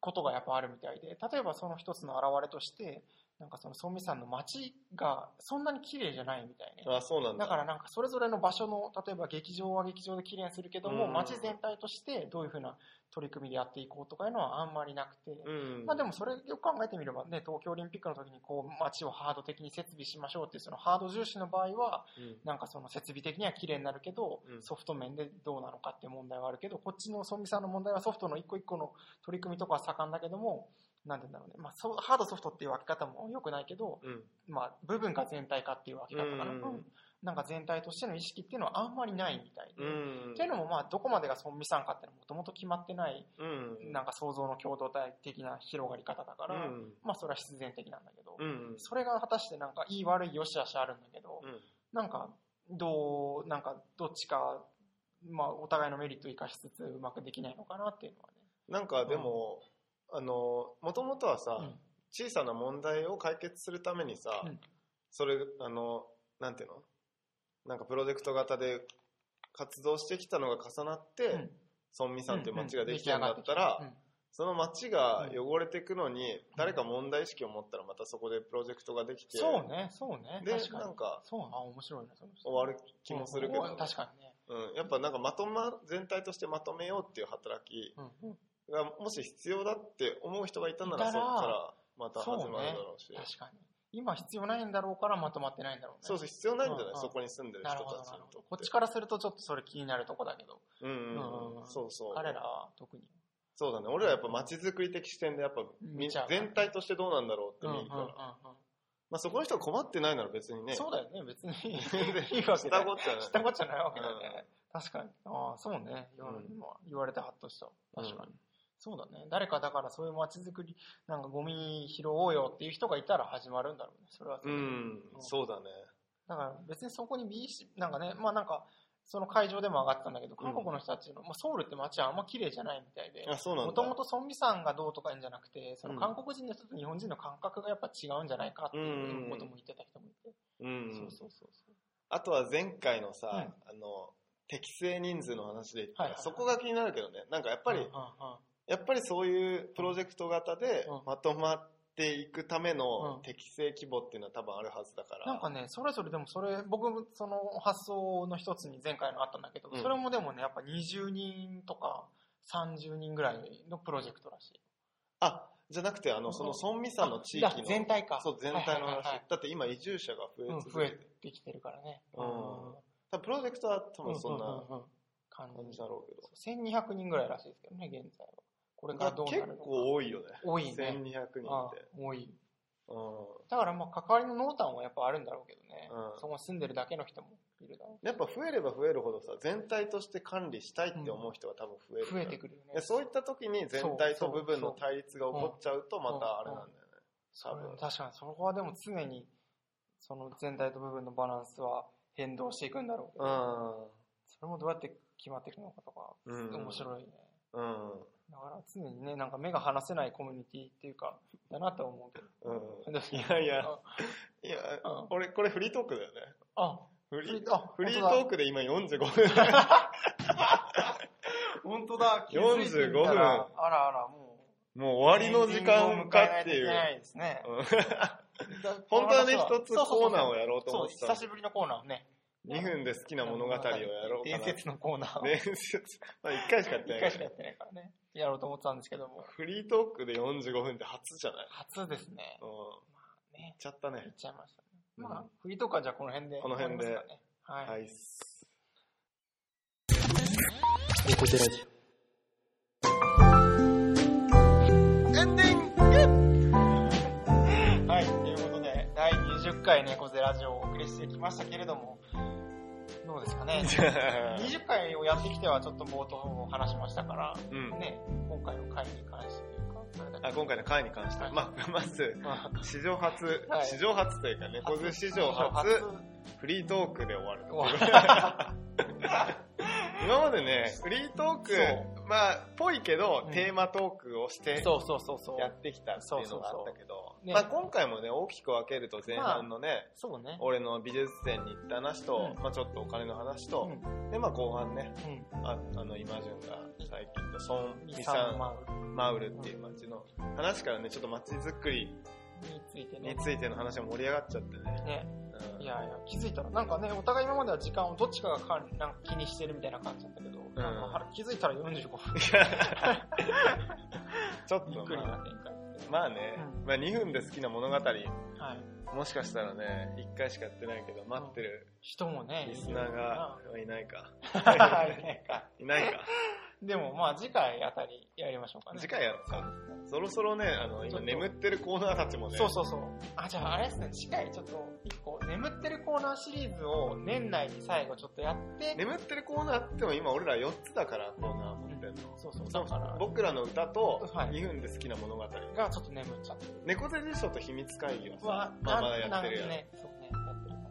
ことがやっぱあるみたいで、例えばその一つの表れとして、なんかその村民さんの街がそんなに綺麗じゃないみたいね。あそうなんだだからなんかそれぞれの場所の、例えば劇場は劇場で綺麗にするけども、うん街全体としてどういうふうな取り組みでやっていこうとかいうのはあんまりなくて、うん、まあでもそれよく考えてみればね、東京オリンピックの時にこう街をハード的に設備しましょうっていうそのハード重視の場合は、うん、なんかその設備的には綺麗になるけど、うんソフト面でどうなのかっていう問題はあるけど、こっちの村民さんの問題はソフトの一個一個の取り組みとかは盛んだけども、なんて言うんだろうね、まあそうハードソフトっていう分け方も良くないけど、うん、まあ、部分が全体化っていうわけだったかな、うんうんなんか全体としての意識っていうのはあんまりないみたいで、うっん、ていうのもまあどこまでが村民参加っていうのはもともと決まってないうん、なんか想像の共同体的な広がり方だから、うん、まあそれは必然的なんだけど、うん、それが果たしてなんかいい悪い良し悪しあるんだけど、うん、なんかどうなんかどっちか、まあ、お互いのメリットを生かしつつうまくできないのかなっていうのはね。なんかでも、あのもともとはさ、うん小さな問題を解決するためにさ、うんそれあのなんていうのなんかプロジェクト型で活動してきたのが重なって、うん村民さんという街がうんうんできたんだったら、うんその街が汚れていくのに、誰か問題意識を持ったらまたそこでプロジェクトができてそうね、そうね。で確かなにん。かそうな、面白いね。その人終わる気もするけど、うん確かにね。うん、やっぱなんかまとま全体としてまとめようっていう働きうんうん、がもし必要だって思う人がいたならいたそらこからまた始まるだろうし確かに。今必要ないんだろうからまとまってないんだろうね。そうそう必要ないんじゃないうんうんそこに住んでるな人るほどたちなにるほとど。ってこっちからするとちょっとそれ気になるとこだけど、うんうんうんううんんうんそうそう彼らは特に。そうだね俺らやっぱ街づくり的視点でやっぱみ見ちゃう全体としてどうなんだろううんっうんてうん見うんるからまあそこの人が困ってないなら別にねそうだよね、別に。 いいわけ下だよごっちゃ下ないごっちゃないわけだよね。確かに。ああ、そうね。言われうん今言われてハッとした。確かに。うそうだね。誰かだからそういう街づくり、なんかゴミ拾おうよっていう人がいたら始まるんだろうね。それはそれうでんそうだねだから別にそこに美意識、なんかね、まあなんか、その会場でも上がってたんだけど、韓国の人たちの、まあ、ソウルって街はあんま綺麗じゃないみたいで、あそうなんだもともとソンビさんがどうとかいうんじゃなくて、そのうん韓国人の人と日本人の感覚がやっぱ違うんじゃないかっていうことも言ってた人もいて、うんそうそうそうそう。あとは前回のさ、うんあの適正人数の話で言ったら、はいはいはいそこが気になるけどねなんかやっぱり、うんうんうんやっぱりそういうプロジェクト型でうんまとまっていくためのうん適正規模っていうのは多分あるはずだから。なんかね、それぞれでもそれ、僕もその発想の一つに前回のあったんだけど、うんそれもでもね、やっぱ20人とか30人ぐらいのプロジェクトらしい。あ、じゃなくて、あの、うんその村民さんの地域あの。全体か。そう、全体のはいはいはいは話い。だって今移住者が増えうん続増けてえてきてるからね。うん多分プロジェクトは多分そんうなううんうん感感じじだろうけど。 1200人ぐらいらしいですけどね、現在は。これからどうなるのか結構多いよね。多いね。 1200人って。あ多い。うだからまあ、関わりの濃淡はやっぱあるんだろうけどね。うんそこに住んでるだけの人もいるだろん。やっぱ増えれば増えるほどさ、全体として管理したいって思う人が多分増えうる。増えてくくるよねで。そういった時に全体そとうそ部う分の対立が起こっちゃうとまたあれなんだよね。それ多分確かに、そこはでも常に、その全体と部分のバランスは変動していくんだろうけど、それもどうやって決まっていくのかとか、うん。面白いね。うん。うん。だから常にね、なんか目が離せないコミュニティっていうか、だなとは思うけ ど。いやいやあいや、うん俺、これフリートークだよね。あ、フリフリーーあフリー本当だトークで今45分だよ。本当だ、気づいてみたらあらあら、も もうう。終わりの時間かっていエンディングを迎えなとけなう。いですね。うん本当はね、一つコーナーをややろうとそ思う、ってたの久。しぶりのコーナーをね。 2分で好きな物語をやろうか伝な。説のコーナーを。伝説。まあ1回しかやってな一い回しかやってないからね。やろうと思ってたんですけども。フリートークで45分って初じゃない初ですね。うん。ねいっちゃった行ねっ。ちゃいましたね。うんまあ、振りとかじゃあこの辺で。この辺で終わりますかね。は。はいい。こちらで。エンディング回ね、こぜラジオをお送りしてきましたけれども、どうです かね。20回をやってきてはちょっと冒頭を話しましたかうんら、。ね、今回の回に関してか、あれだけどあ今回の回に関しては、まあ、 まず、まあ史上初、はい史上初というか、猫背史上初、フリートークで終わる。 今までね、フリートークそ、まあ、ぽいけど、うんテーマトークをして、そうそうそうそう。やってきたっていうのがあったけど、そうねまあ、今回もね、大きく分けると前半のね、そうね。俺の美術展に行った話と、うんまあ、ちょっとお金の話うと、んで、まあ、後半ね、うんああの、今順が最近とソン・ミミササン・ンママウルっていう街の話からね、ちょっと街づくりウについてにね。ついての話が盛り上がっちゃってね。ね、うんいやいや、気づいたら、なんかね、お互い今までは時間をどっちかが管理なんか気にしてるみたいな感じだったけど、なんか気づいたら45分。 ちょっびっとくりなま展開あ、まあね、うんまあ2分で好きな物語、はい。もしかしたらね、1回しかやってないけど、待ってる人もね、リスナーがいないか。いるかな。 いないか。でもまあ次回あたりやりましょうかね。次回やろうか。そろそろね、あの、ち今ょっと眠ってるコーナーたちもね、そうそうそう。あ、じゃああれですね、次回ちょっと一個、眠ってるコーナーシリーズを年内に最後ちょっとやって、眠ってるコーナーっても今俺ら4つだから、コーナー持ってんの。そうそう、だから、僕らの歌とはい2分で好きな物語。がちょっと眠っちゃって猫背辞書と秘密会議はる。わさ、まあまだやってるや。なんんね、そうね、やってるか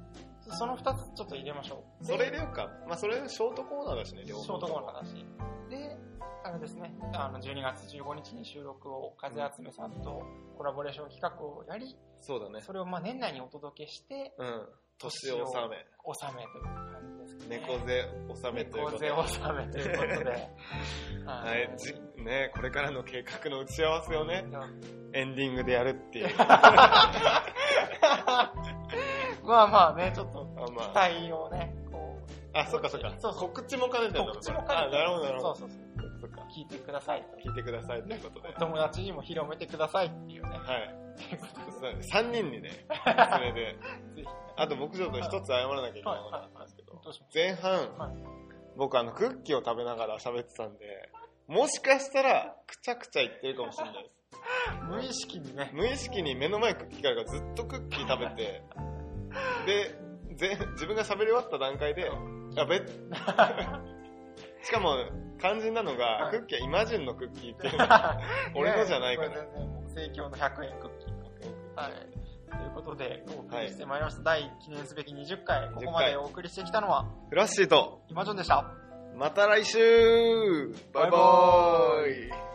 ら。その二つちょっと入れましょう。それでよっか。まあそれショートコーナーだしね、シ両ョ方。ートコーナーだし。で、あれですね、あの、12月15日に収録を風集めさんとコラボレーション企画をやり、そうだね。それをまあ年内にお届けして、うん。年をを納め。納めという感じですかね。猫背納めということで。猫背納めという ことで。ははい。じねこれからの計画の打ち合わせをね、エンディングでやるっていう。 まあまあね、ちょっとあ、ま期あ。待をね、こあ、そっかそっか。そうそう告知も兼ねう、てんだ告知も兼ねあ、て、なるほどなるほど。そうそそうっか。そう、聞いてくださいと。聞いてくださいということで。お友達にも広めてくださいっていうね。 はい。ということでそう3人にね、 それで。ぜひねあと僕ちょっと一つ謝らなきゃいけないことがあったんですけど。どうしまし前半、はい僕あのクッキーを食べながら喋ってたんで、もしかしたら、くちゃくちゃ言ってるかもしれないです。た無意識にね、無意識に目の前クッキーがあるからずっとクッキー食べて、で、ぜ自分が喋り終わった段階で、やべっ しかも、肝心なのが、はいクッキーはイマジンのクッキーっていうのが 俺のじゃない からややこれ全然もう、盛況の100円クッキー。はい。ということで、お送りしてまいりました。第記念すべき20回、ここまでお送りしてきたのは、フラッシーと、今ジョンでした。また来週バイババイ